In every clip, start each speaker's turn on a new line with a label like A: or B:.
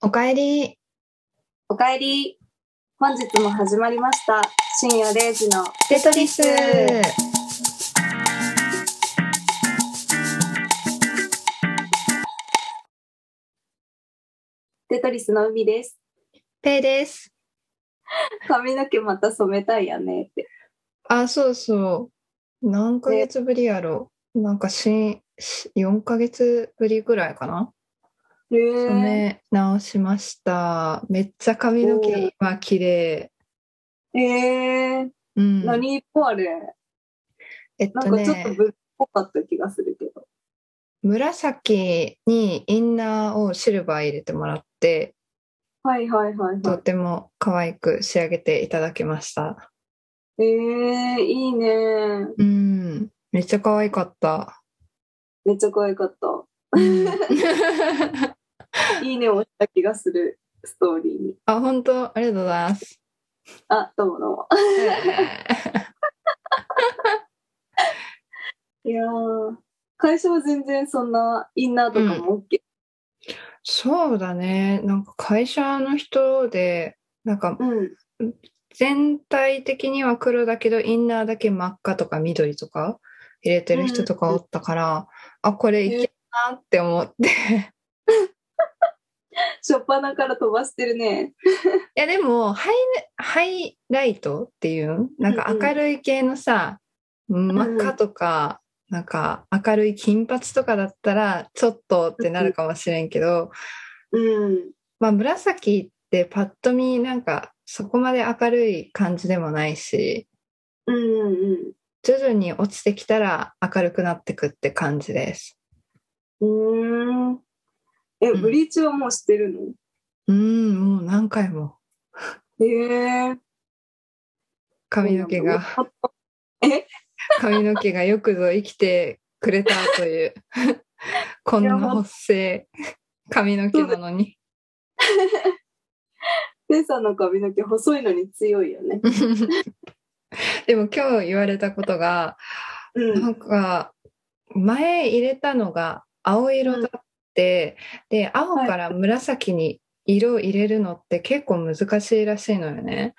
A: おかえり。
B: おかえり。本日も始まりました。深夜0時の
A: テトリス。
B: テトリスの海です。
A: ペイです。
B: 髪の毛また染めたいやねって。
A: あ、そうそう。何ヶ月ぶりやろう。なんかし、し4ヶ月ぶりぐらいかな。
B: へ
A: 染め直しました。めっちゃ髪の
B: お
A: 毛
B: ー
A: 今綺麗。
B: え。えー、
A: うん。
B: 何っぽあれ
A: えっ
B: なん
A: と
B: かちょっ
A: ね
B: と、ぶっぽかった気がするけど。
A: 紫にインナーをシルバー入れてもらって、
B: はいはいはい
A: と
B: は
A: ても可愛く仕上げていただきました。
B: い。えー、いいね。
A: うん。めっちゃ可愛かった。
B: めっちゃ可愛かっ
A: うん
B: た。いいねを押した気がする。ストーリーに。
A: あ、本当ありがとうございます。
B: あ、どうもどうも。いやー。会社は全然そんなインナーとかも OK。
A: そうだね。なんか会社の人で、なんか
B: うん。
A: 全体的には黒だけど、インナーだけ真っ赤とか緑とか入れてる人とかおったから、あ、これいけるなって思って。い
B: 初っ端から飛ばしてるね。
A: や、でも、ハイ、ハイライトっていうんなんか明るい系のさ、真っ赤とか、なんか明るい金髪とかだったら、ちょっとってなるかもしれんけど、
B: うん。
A: まあ、紫ってパッと見なんかそこまで明るい感じでもないし
B: うんうん
A: 徐々に落ちてきたら明るくなってくって感じです
B: うん。うーん。え、
A: うん
B: ブリーチはもうしてるの、
A: うんもう何回も
B: へえ。
A: 髪の毛が
B: そうなんだ。
A: 髪の毛がよくぞ生きてくれたというこんな発生髪の毛なのに
B: ペンさんの髪の毛細いのに強いよね。
A: でも今日言われたことが
B: う。
A: なんんか前入れたのが青色だって、で青から紫に色入れるのって結構難しいらしいのよね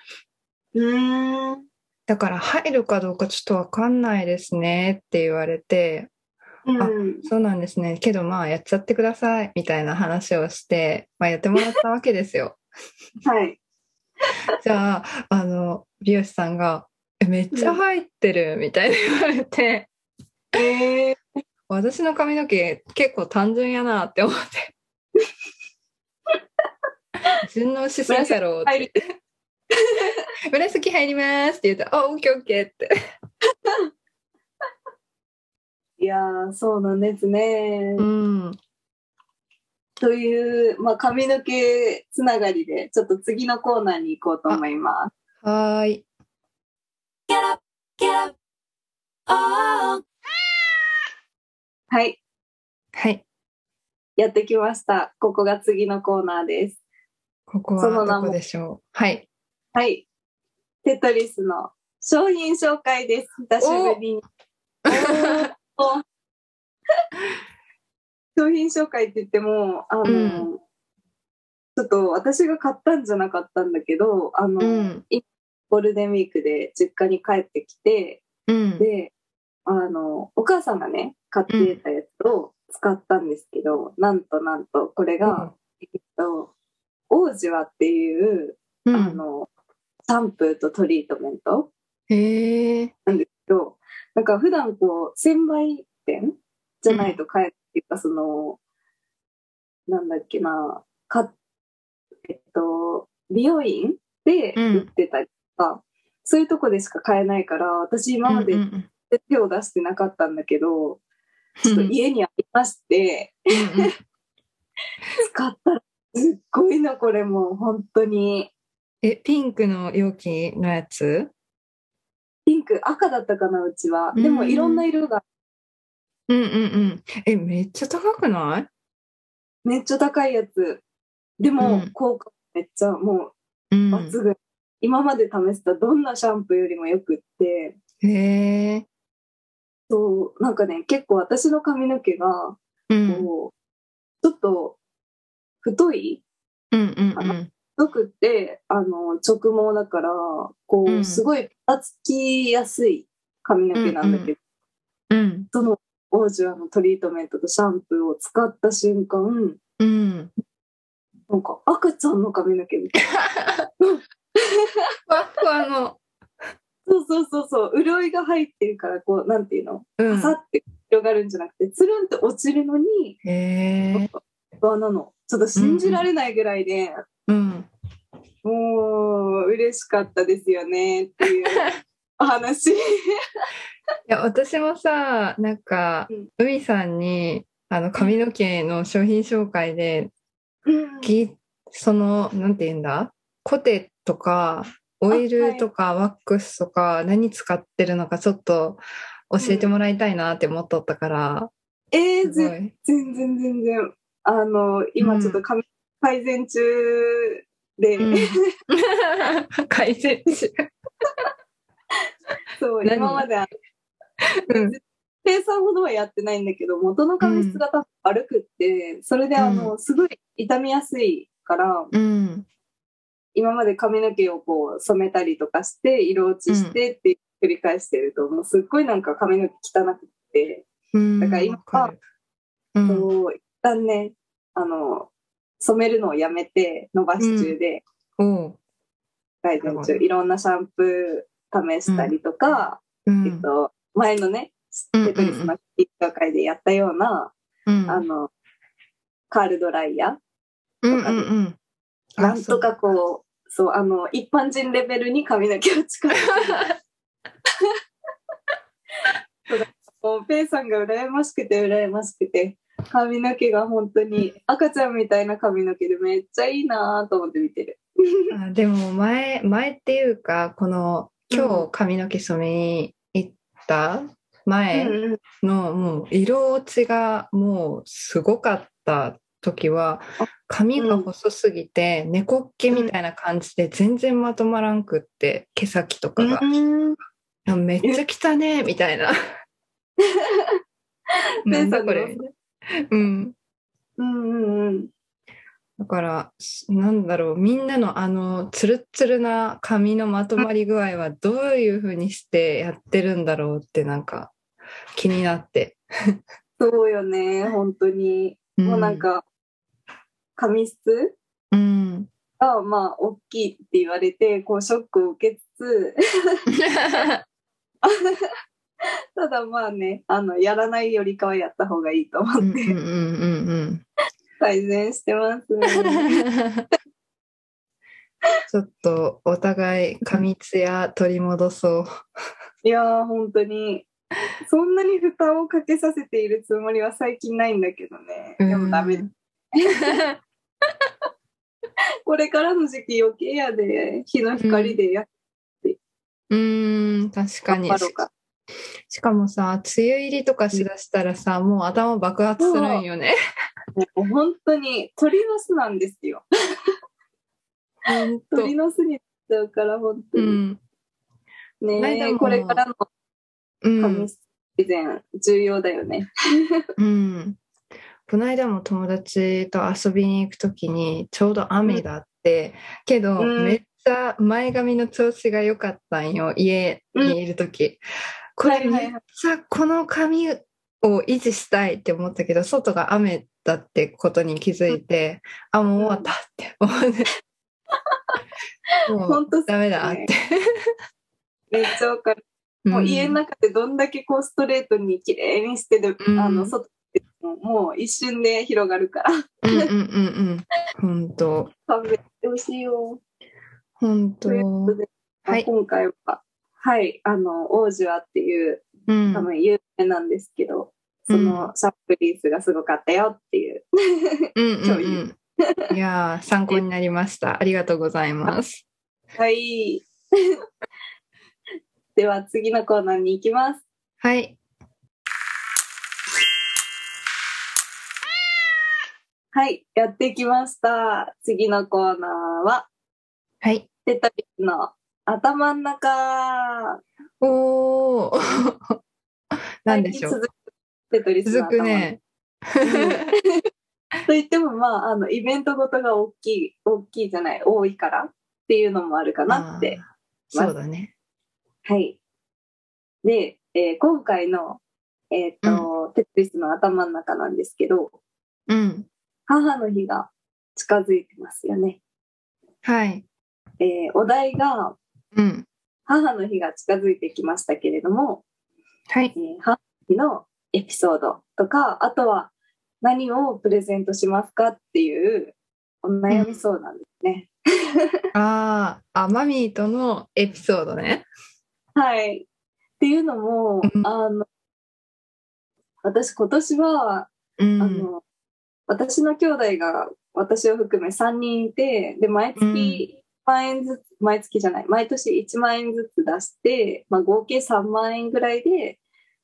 B: うーん。
A: だから入るかどうかちょっとわかんないですねって言われて
B: うん。
A: そうなんですねけどまあやっちゃってくださいみたいな話をして、まあ、やってもらったわけですよ
B: はい。
A: じゃああの美容師さんが「えめっちゃ入ってる」みたいな言われて
B: ええ。
A: 私の髪の毛結構単純やなって思って 順応しすぎやろうっ
B: 入
A: て「 紫入ります」って言うと「あオッケーオッケー」って
B: いやー、そうなんですね。
A: うん
B: という、まあ、髪の毛つながりで、ちょっと次のコーナーに行こうと思います。
A: はーい
B: はい。
A: はい
B: やってきました。ここが次のコーナーです。
A: ここ
B: その
A: は
B: 名
A: ど
B: も
A: こでしょう はい
B: はい。テトリスの商品紹介です。久しぶりに。お商品紹介って言っても、あの、
A: うん
B: ちょっと私が買ったんじゃなかったんだけど、あの、
A: うん
B: ゴールデンウィークで実家に帰ってきて、
A: うん
B: で、あの、お母さんがね、買ってたやつを使ったんですけど、なんとなんと、これが、えっと、王子はっていう、
A: う
B: あ
A: ん
B: の、シャンプーとトリートメント
A: へえ
B: と、なんか普段こう、専売店じゃないと買えっていうか、その、なんだっけな、か、えっと、美容院で
A: うん
B: 売ってたりとか、そういうとこでしか買えないから、私今まで
A: うんうん
B: 手を出してなかったんだけど、
A: う
B: ちょっ
A: ん
B: と家にありまして、
A: うんうん
B: 使ったらすっごいな、これもう本当に。
A: えピンクの容器のやつ
B: ピンク、赤だったかな、うちは。でもいろんな色が
A: うんうんうんえめっちゃ高くない
B: めっちゃ高いやつ。で
A: う
B: も、
A: ん
B: 効果めっちゃも
A: う
B: う
A: ん
B: 抜群、今まで試したどんなシャンプーよりもよくって
A: へえ
B: そうなんかね結構私の髪の毛が
A: うん
B: こう、ちょっと太い
A: うんうん
B: 族って、あの、直毛だから、こ
A: う
B: う、
A: ん
B: すごいばらつきやすい髪の毛なんだけど、
A: うん。うん。
B: その王子はあのトリートメントとシャンプーを使った瞬間、
A: うん。
B: なんか赤ちゃんの髪の毛みたいな。
A: ふわふわの。
B: そうそうそうそう、潤いが入ってるから、こう、なんていうの、
A: う
B: パサ
A: ん。
B: って広がるんじゃなくて、つるんって落ちるのに、
A: へえ。
B: わなの。ちょっと信じられないぐらいで、
A: うん。
B: もう、嬉しかったですよね、っていうお話。
A: いや私もさなんか
B: うん
A: 海さんにあの髪の毛の商品紹介で
B: うん
A: ぎそのなんて言うんだコテとかオイルとかワックスとか何使ってるのかちょっと教えてもらいたいなって思っとったから、
B: えー、
A: す
B: 全
A: ごい。
B: 全然全然。あの、今ちょっと髪改善中で、
A: うん 改善中。
B: そう、
A: 何
B: 今まであの
A: うん
B: ペイさんほどはやってないんだけど、元の髪質が多分悪くって、それであの、すごい傷みやすいから、
A: うん。
B: 今まで髪の毛をこう染めたりとかして、色落ちしてって繰り返してると、もうすっごいなんか髪の毛汚くって、
A: うん。
B: だから今は
A: わかるうん。
B: そう一旦ね、あの、染めるのをやめて伸ばし中で、
A: おう
B: 改善中、いろんなシャンプー試したりとか、
A: うん。
B: えっと、前のね、テトリスの一課会でやったような、
A: うん
B: あの、カールドライヤ
A: うんうんうん。
B: ー。なんとかこう、そう、あの、一般人レベルに髪の毛を近づける。もう、ペイさんが羨ましくて羨ましくて、髪の毛が本当に赤ちゃんみたいな髪の毛でめっちゃいいなと思って見てる。
A: あでも前前っていうかこの今
B: う
A: 日髪の毛染めに行った前
B: うん
A: のもう色落ちがもうすごかった時は
B: あ
A: 髪が細すぎて猫っ毛みたいな感じで全然まとまらんくって毛先とかが
B: うん。
A: あめっちゃ汚ねえみたいななんだこれみたいなうん
B: うんうんうん。
A: だから、すなんだろう、みんなのあの、ツルッツルな髪のまとまり具合はどういうふうにしてやってるんだろうって、なんか、気になって。
B: そうよね、本当に。もうなん、か、髪質
A: うん。
B: が、まあ、大きいって言われて、こう、ショックを受けつつ、ただまあね、あの、やらないよりかはやった方がいいと思
A: う
B: っ
A: んうん
B: て、
A: うんうん
B: 改善して ます、
A: う
B: ね。
A: ん。ちょっと、お互い、髪ツヤ取り戻そう。
B: いやー、本当に。そんなに負担をかけさせているつもりは最近ないんだけどね。でもダメ
A: う
B: だ。
A: ん。
B: これからの時期余計やで、日の光でやっ
A: うん、確か
B: 頑
A: に
B: 張。ろうか。
A: しかもさ、梅雨入りとかしだしたらさ、もう頭爆発するんよね。
B: もう本当に、鳥の巣なんですよ。
A: 本当。
B: 鳥の巣になっちゃうから、本当
A: う
B: に。
A: ん。
B: ね
A: 前
B: え
A: も
B: これからの
A: うん
B: 髪。質以前、重要だよね。
A: うん。この間も友達と遊びに行くときにちょうど雨だって、けど、
B: うん
A: めっちゃ前髪の調子が良かったんよ家にいるとき、こ
B: は
A: れ
B: いはい
A: め
B: は
A: っ
B: い
A: ちゃこの髪を維持したいって思ったけど外が雨だってことに気づいて、あもう終わったって思ってもう
B: 本当
A: ダメだって、
B: めっちゃわかる。もう家の中でどんだけこうストレートに綺麗にしてで、
A: うん
B: あの外でももう一瞬で広がるから
A: うんうんうんうんうん本当
B: 勘弁してほしいよ。
A: 本当
B: ということで、まあ
A: はい
B: 今回は、はい、あの、王子はっていう、
A: うん
B: 多分有名なんですけど、そのシャンプリースがすごかったよっていう。
A: うんうん
B: 共
A: うん
B: 有、
A: いやー参考になりました。ありがとうございます。
B: はい。 では次のコーナーに行きます。
A: はい。
B: はい、やってきました。次のコーナーは、
A: はい。
B: テトリスの頭の中。
A: おお。 なんでしょ
B: 最近
A: う。
B: 続くテトリスの
A: 続 く
B: 頭の中
A: ね。
B: と言っても、まあ、あの、イベントごとが大きい、大きいじゃない、多いからっていうのもあるかなって。
A: あーそうだね。
B: はい。で、えー今回の、えっ、と、テトリスの頭の中なんですけど、
A: うん。
B: 母の日が近づいてますよね。
A: はい。
B: えーお題が、
A: うん。
B: 母の日が近づいてきましたけれども、
A: は
B: え
A: い。
B: ー母の日のエピソードとか、あとは何をプレゼントしますかっていうお悩み相談ですね。
A: ああ、あ、マミーとのエピソードね。
B: はい。っていうのも
A: う、ん
B: あの、私今年は、
A: う
B: あ
A: ん。
B: の、私の兄弟が私を含め3人いて、で、毎月
A: うん
B: 1万円ずつ、毎月じゃない、毎年1万円ずつ出して、まあ合計3万円ぐらいで、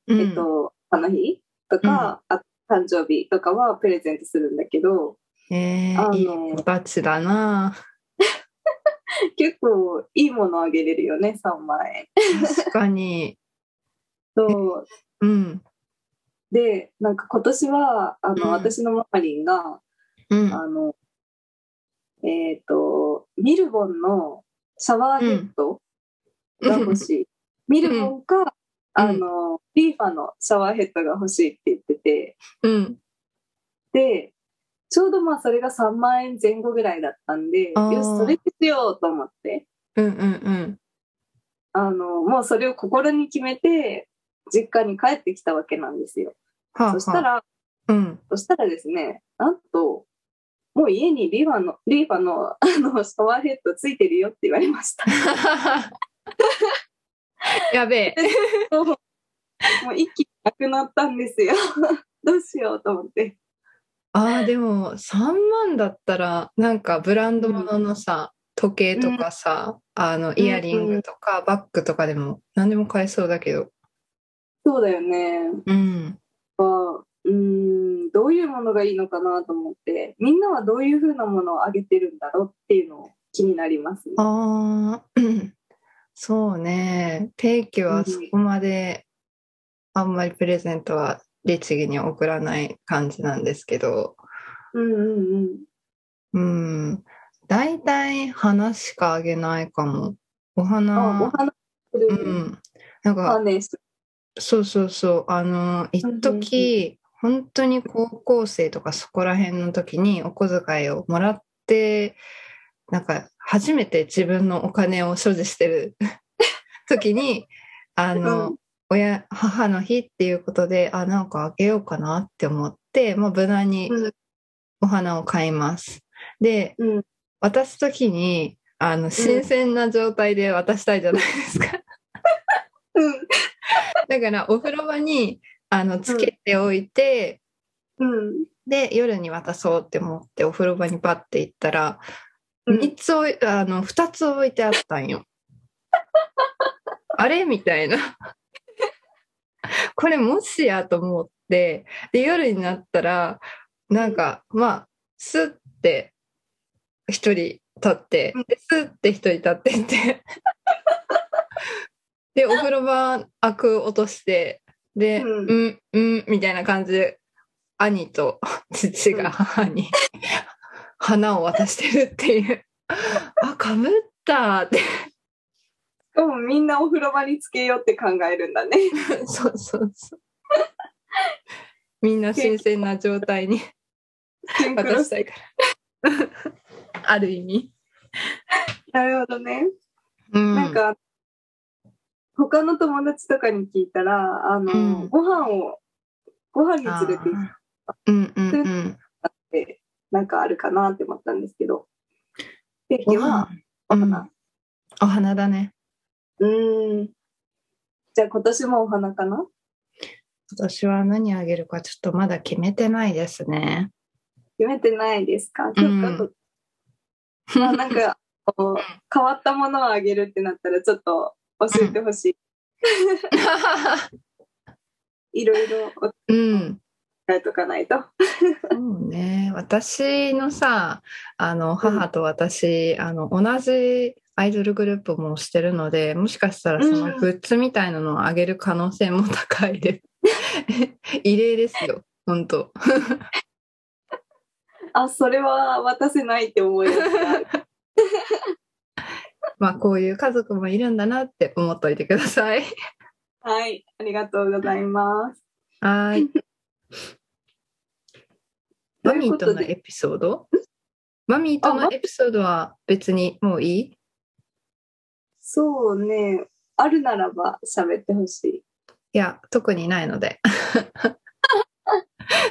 A: うん
B: えっ、と、あの日とか、あ誕生日とかはプレゼントするんだけど、
A: え
B: あ
A: ー、
B: の
A: いいバチだな。
B: 結構いいものあげれるよね、3万円。
A: 確かに。
B: そ
A: う
B: う、
A: ん。
B: で、なんか今年は、あの、
A: うん
B: 私のママリンが、
A: うん。
B: あの、えっ、と、ミルボンのシャワーヘッドが欲しい。ミルボンか、あの、リーファのシャワーヘッドが欲しいって言ってて、
A: うん。
B: で、ちょうどまあそれが3万円前後ぐらいだったんで、よ
A: あー
B: し、それにしようと思って、
A: うんうんうん。
B: あの、もうそれを心に決めて、実家に帰ってきたわけなんですよ。
A: はあ、はあ、
B: そしたら、
A: うん。
B: そしたらですね、なんと、もう家にリーファの、リーファの、あの、シャワーヘッドついてるよって言われました。
A: や べえ。
B: そうもう一気になくなったんですよ。 どうしようと思って。
A: ああ、でも3万だったら、なんかブランド物のさ、時計とかさ、あの、イヤリングとかバッグとかでも何でも買えそうだけど。
B: そうだよね。
A: うん。
B: はうーん、どういうものがいいのかなと思って、みんなはどういう風なものをあげてるんだろうっていうのを気になりますね。
A: ああ、そうね。定期はそこまで、あんまりプレゼントは律儀に送らない感じなんですけど。
B: うんうんうん。
A: うん。大体花しかあげないかも。お
B: あ、お
A: 花、
B: 花す
A: う
B: る。
A: ん。なんか、
B: あ、ね、そ
A: そうそうそう。あの、一時、本当に高校生とかそこら辺の時にお小遣いをもらって、なんか初めて自分のお金を所持してる 時に、あ
B: う
A: の、親、母の日っていうことで、あ、なんかあげようかなって思って、まあ無難に
B: うん
A: お花を買います。で、
B: うん
A: 渡す時に、あの、新鮮な状態で渡したいじゃないです か。
B: うん。
A: だからお風呂場にあのつけておいて、
B: うん。
A: で夜に渡そうって思ってお風呂場にパッて行ったら、
B: うん
A: 三つ置いあの2つ置いてあった んよ。あれみたいな。これもしやと思ってで夜になったらなんか、まあスッて1人立って
B: うん
A: でスッて1人立ってって。でお風呂場開く落としてで「う
B: うんん
A: うん」みたいな感じで兄と 父
B: うん
A: が母に花を渡してるっていうあかぶったって
B: でもみんなお風呂場につけようって考えるんだ ね。
A: そうそうそうみんな新鮮な状態 に
B: シンクロ
A: 渡し
B: した
A: いからある意味、
B: なるほどね。
A: うん
B: なんか、他の友達とかに聞いたら、あの、
A: うん
B: ご飯を、ご飯に
A: あ
B: 連れて行っ
A: ーうんうんうん
B: て、なんかあるかなって思ったんですけど。ケーキは、
A: ご
B: お
A: 飯
B: 花。
A: うんお花だね
B: うーん。じゃあ今年もお花かな
A: 私は何あげるかちょっとまだ決めてないです ね
B: 決めてないですか、そっかそっかまあなんか、こう変わったものをあげるってなったら、ちょっと教えてほしい。いろいろお
A: うん
B: 伝えとかないと。
A: そうね、私のさあの母と私、あの同じアイドルグループもしてるのでもしかしたらその
B: うん
A: グッズみたいなのをあげる可能性も 高いです異例ですよ本当
B: あ、それは渡せないって思いま した。
A: まあ、こういう家族もいるんだなって思っといてください。
B: はい、ありがとうございます。
A: はーい。マミーとの
B: ということで
A: エピソードマミーと
B: あマ
A: のエピソードは別にもういい
B: そうね、あるならば喋ってほしい。
A: いや、特にないので。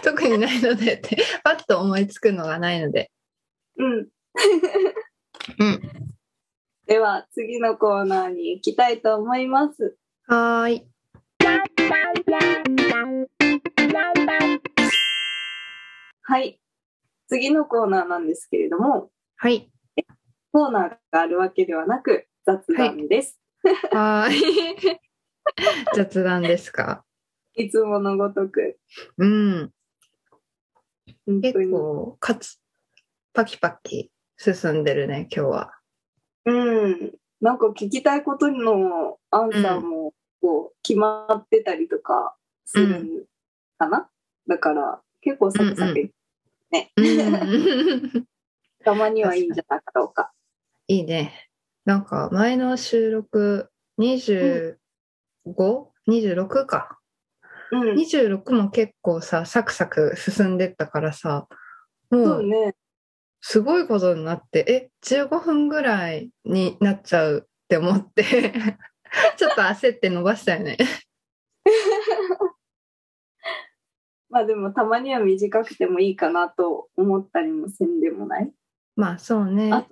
A: 特にないのでって、パッと思いつくのがないので。
B: うん。
A: うん。
B: では、次のコーナーに行きたいと思います。
A: はーい。
B: はい。次のコーナーなんですけれども、
A: はい。
B: コーナーがあるわけではなく、雑談です。
A: はーい。雑談ですか
B: い、つものごとく。
A: うん。
B: 本当
A: 結
B: に。
A: 構、かつ、パキパキ進んでるね、今日は。
B: うん。なんか聞きたいことのアンサーも、こう、決まってたりとかするんかな、だから、結構サクサ
A: う
B: ク、
A: んうん。
B: たまにはいいんじゃなかろうか。
A: いいね。なんか前の収録 25?26、26か。
B: うん。
A: 26も結構さ、サクサク進んでったからさ、も
B: そう
A: う
B: ね。
A: すごいことになって、え、15分ぐらいになっちゃうって思って、 ちょっと焦って伸ばしたよね。
B: まあでも、たまには短くてもいいかなと思ったりもせんでもない。
A: まあそうね
B: あ。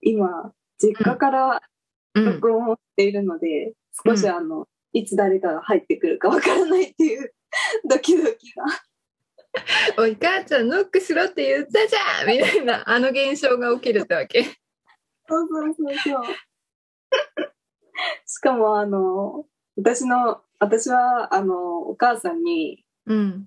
B: 今、実家から
A: うん。
B: 録音をしているので、
A: うん
B: 少しあの、いつ誰かが入ってくるかわからないっていう ドキドキが。
A: おい、母ちゃんノックしろって言ったじゃんみたいな、あの現象が起きるってわ け。
B: そうそうそうそう。 しかもあの、私の、私はあの、お母さんに
A: うん。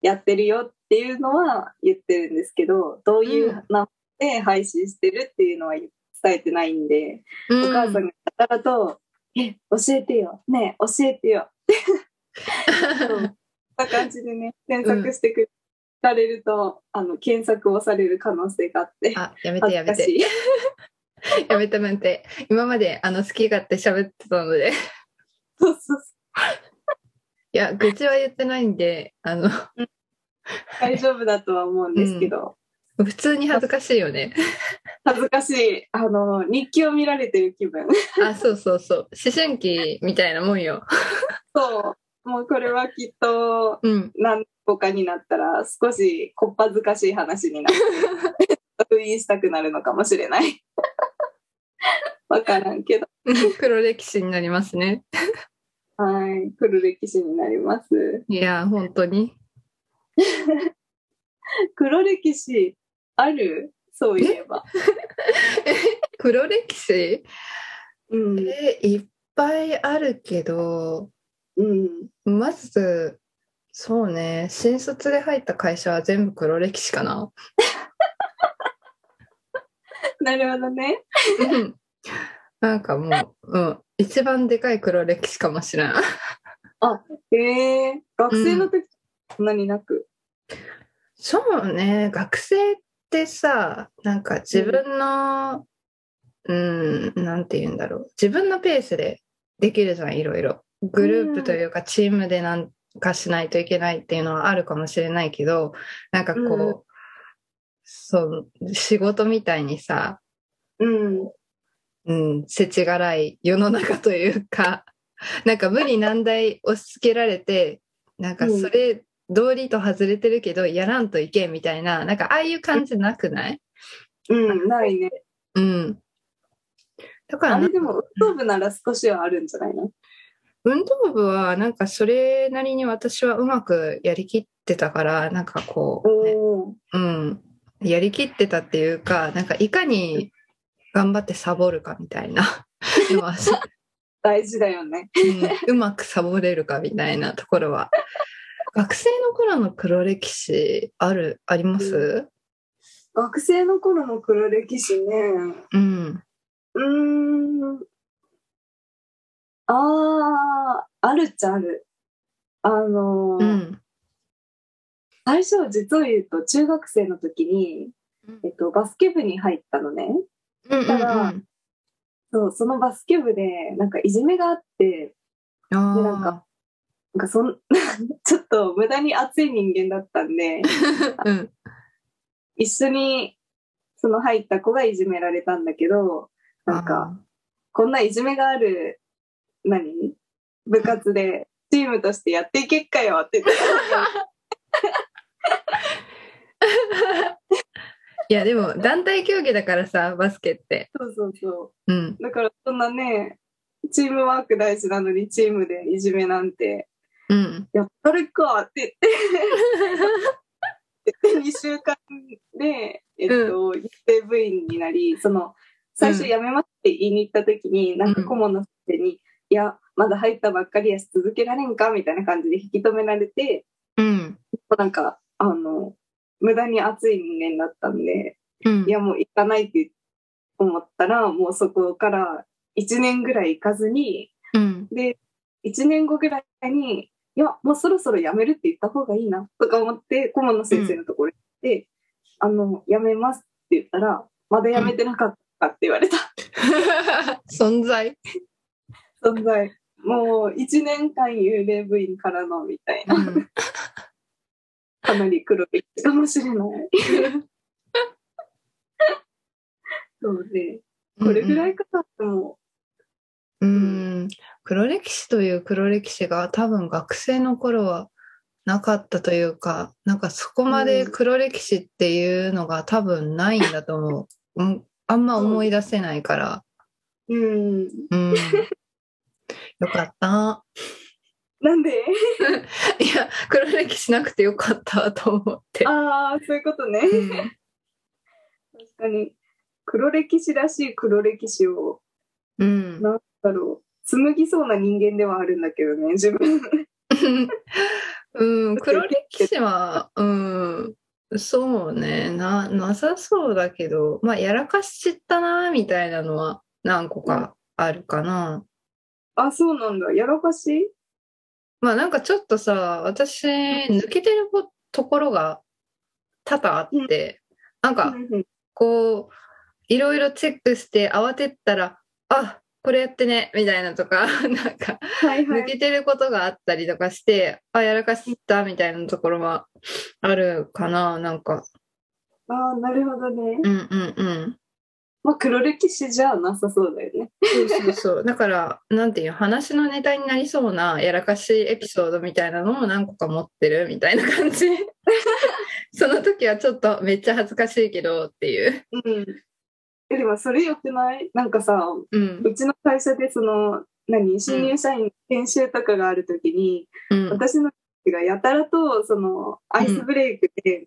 B: やってるよっていうのは言ってるんですけど、どういう名前で配信してるっていうのは伝えてないんで、
A: お
B: お母さんがやたらと、え、教えてよ、ねえ、教え てよ、そうそんな感じでね、検索してくれると、あの、検索をされる可能性があって、
A: あ、やめて
B: 恥
A: や
B: ず
A: め
B: か
A: て
B: し。い。
A: やめてやめて。今まであの好き勝手喋ってたので。
B: そうそうそう
A: いや、愚痴は言ってないんで、あの、
B: 大丈夫だとは思うんですけど、
A: 普通に恥ずかしいよね。
B: 恥ずかしい、あの、日記を見られてる気分。
A: あ、そうそうそう。思春期みたいなもんよ。
B: そう。もうこれはきっと、
A: うん。
B: 何個かになったら、少しこっぱずかしい話になる。 封印したくなるのかもしれない。わからんけど。
A: 黒歴史になりますね。
B: はい。来る歴史になります。
A: いや、本当に。
B: 黒歴史あるそういえば。
A: 黒歴史
B: うん。
A: え、いっぱいあるけど、
B: うん。
A: まず、そうね、新卒で入った会社は全部黒歴史かな。
B: なるほどね。
A: うんなんかもう、うん、一番でかい黒歴史かもしれん。
B: へえ。学生の時、そんなになく。
A: そうね、学生ってさ、なんか自分の、うん、なんて言うんだろう。自分のペースでできるじゃん、いろいろ。グループというかチームでなんかしないといけないっていうのはあるかもしれないけど、なんかこう、
B: うん
A: そう、仕事みたいにさ、
B: うん。
A: うん、せちがらい世の中というか、 なんか無理難題押し付けられて、なんかそれ、道理と外れてるけど、やらんといけんみたいな、なんかああいう感じなくない
B: うん。ないね。
A: うん。だか
B: あ
A: らな
B: れ、でも、運動部なら少しはあるんじゃないの
A: 運動部はなんかそれなりに私はうまくやりきってたから、なんかこう、ね、
B: おー
A: うん。やりきってたっていうか、なんかいかに頑張ってサボるかみたい な のは
B: 大事だよね。
A: うんうまくサボれるかみたいなところは。学生の頃の黒歴史ある、あります
B: 学生の頃の黒歴史ね。
A: うん。
B: うーん。ああ、あるっちゃある。あのー
A: うん。
B: 最初、実を言うと、中学生の時に、えっと、バスケ部に入ったのね。
A: うんうんうん
B: らそう、そのバスケ部で、なんかいじめがあって、
A: あー
B: でなんかなんかそん、 ちょっと無駄に熱い人間だったんで、
A: うん
B: 一緒に、その入った子がいじめられたんだけど、なんか、こんないじめがある、何部活で、チームとしてやっていけっかよって言って
A: いやでも団体競技だからさバスケって
B: そうそうそ
A: うん
B: う。だからそんなね、チームワーク大事なのにチームでいじめなんて、
A: うん
B: やったるかって 言って、2週間で、えっと、育成部員になり、その、最初辞めますって言いに行った時に、なんか顧問の先生に、いや、まだ入ったばっかりやし続けられんかみたいな感じで引き止められて、
A: うん
B: なんか、あの、無駄に熱い人間だったんで、
A: うん
B: いやもう行かないって思ったらもうそこから1年ぐらい行かずに
A: うん
B: で1年後ぐらいにいやもうそろそろ辞めるって言った方がいいなとか思って顧問の先生のところに行って、あの辞めますって言ったらまだ辞めてなかったって言われた、
A: 存在
B: 存在もう1年間幽霊部員からのみたいな
A: うん
B: かなり黒いかもしれない そうでこれぐらいかなっても
A: うん黒歴史という黒歴史が多分学生の頃はなかったというかなんかそこまで黒歴史っていうのが多分ないんだと思う、うん、あんま思い出せないから
B: う、うん、
A: うんよかった
B: なんで
A: いや黒歴史なくてよかったと思って
B: ああそういうことね
A: うん
B: 確かに黒歴史らしい黒歴史を
A: うん
B: なんだろう紡ぎそうな人間ではあるんだけどね自分
A: うん、黒歴史は、うん、そうね、な、なさそうだけど、まあ、やらかしちったな、みたいなのは何個かあるかな。
B: あそうなんだやらかし
A: まあ、なんかちょっとさ、私、抜けてることころが多々あって、なんか、こう、いろいろチェックして慌てったら、あ、これやってね、みたいなとか、 なんか、
B: はいは
A: 抜
B: い
A: けてることがあったりとかして、あ、やらかしたみたいなところはあるかな、なんか。
B: ああなるほどね
A: うんうんうん。
B: まあ黒歴史じゃなさそうだよね
A: そうそうそう。だから、なんていうの、話のネタになりそうなやらかしエピソードみたいなのを何個か持ってるみたいな感 じ。その時はちょっとめっちゃ恥ずかしいけどっていう。
B: うんえでもそれよくないなんかさ
A: うん。
B: うちの会社でその何新入社員研修とかがあるときに、
A: うん。
B: 私の父がやたらとそのアイスブレイクで、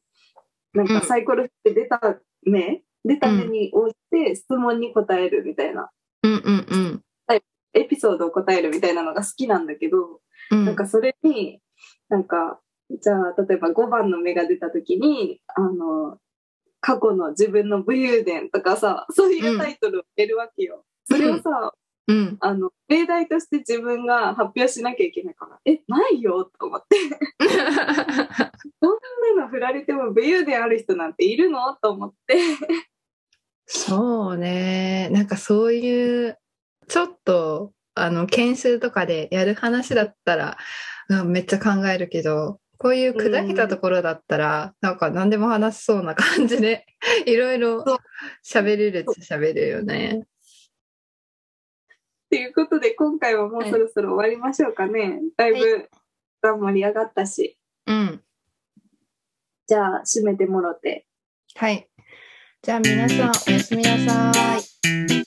B: な
A: うんん
B: かサイコロ振って出た目出た目に応じて質問に答えるみたいな、
A: うんうんうん
B: エピソードを答えるみたいなのが好きなんだけど、
A: うん。
B: なんかそれになんかじゃあ例えば5番の目が出た時にあの過去の自分の武勇伝とかさそういうタイトルを得るわけよ。
A: うん
B: それをさ、
A: うん。
B: あの例題として自分が発表しなきゃいけないからえないよと思ってそんなの振られても武勇である人なんているのと思って。
A: そうね。なんかそういう、ちょっと、あの、研修とかでやる話だったら、うんめっちゃ考えるけど、こういう砕けたところだったら、なんか何でも話しそうな感じで、 いろいろ
B: そう
A: 喋れるっちゃ喋るよね。
B: ということで今回はもうそろそろ終わりましょうかね。だいぶ盛り上がったし。
A: うん。
B: じゃあ締めてもろて。
A: はい。じゃあ皆さん、おやすみなさい。